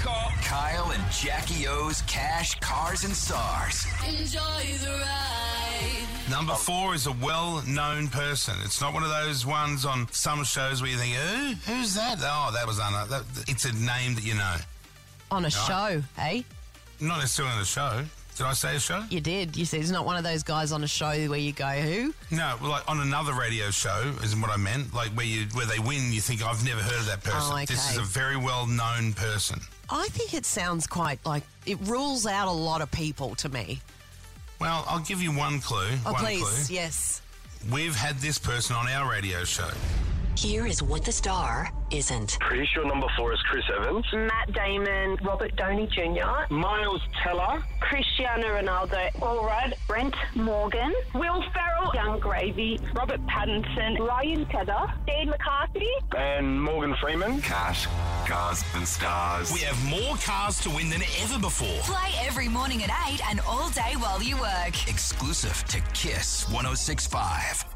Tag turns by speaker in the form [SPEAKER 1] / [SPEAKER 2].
[SPEAKER 1] call.
[SPEAKER 2] Kyle and Jackie O's Cash, Cars, and SARS.
[SPEAKER 3] Enjoy the ride.
[SPEAKER 4] Number four is a well known person. It's not one of those ones on some shows where you think, Who? Who's that? Oh, that was Anna. That, it's a name that you know.
[SPEAKER 5] On a show, eh?
[SPEAKER 4] Not necessarily on a show. Did I say a show?
[SPEAKER 5] You did. You said it's not one of those guys on a show where you go, who?
[SPEAKER 4] No, well, like on another radio show isn't what I meant. Like where you where they win, you think I've never heard of that person.
[SPEAKER 5] Oh,
[SPEAKER 4] This is
[SPEAKER 5] okay.
[SPEAKER 4] a very well known person.
[SPEAKER 5] I think it sounds quite like it rules out a lot of people to me.
[SPEAKER 4] Well, I'll give you one clue.
[SPEAKER 5] Oh,
[SPEAKER 4] One
[SPEAKER 5] please.
[SPEAKER 4] clue.
[SPEAKER 5] Yes.
[SPEAKER 4] We've had this person on our radio show.
[SPEAKER 6] Here is what the star isn't.
[SPEAKER 1] Pretty sure number four is Chris Evans.
[SPEAKER 7] Matt Damon, Robert Downey Jr.,
[SPEAKER 1] Miles Teller.
[SPEAKER 7] Cristiano Ronaldo, all right, Brent Morgan, Will Ferrell, Young Gravy, Robert Pattinson, Ryan Tedder, Dane McCarthy.
[SPEAKER 1] And Morgan Freeman.
[SPEAKER 8] Cash, cars, and stars.
[SPEAKER 2] We have more cars to win than ever before.
[SPEAKER 6] Play every morning at 8 and all day while you work.
[SPEAKER 4] oh
[SPEAKER 2] Exclusive to Kiss 1065.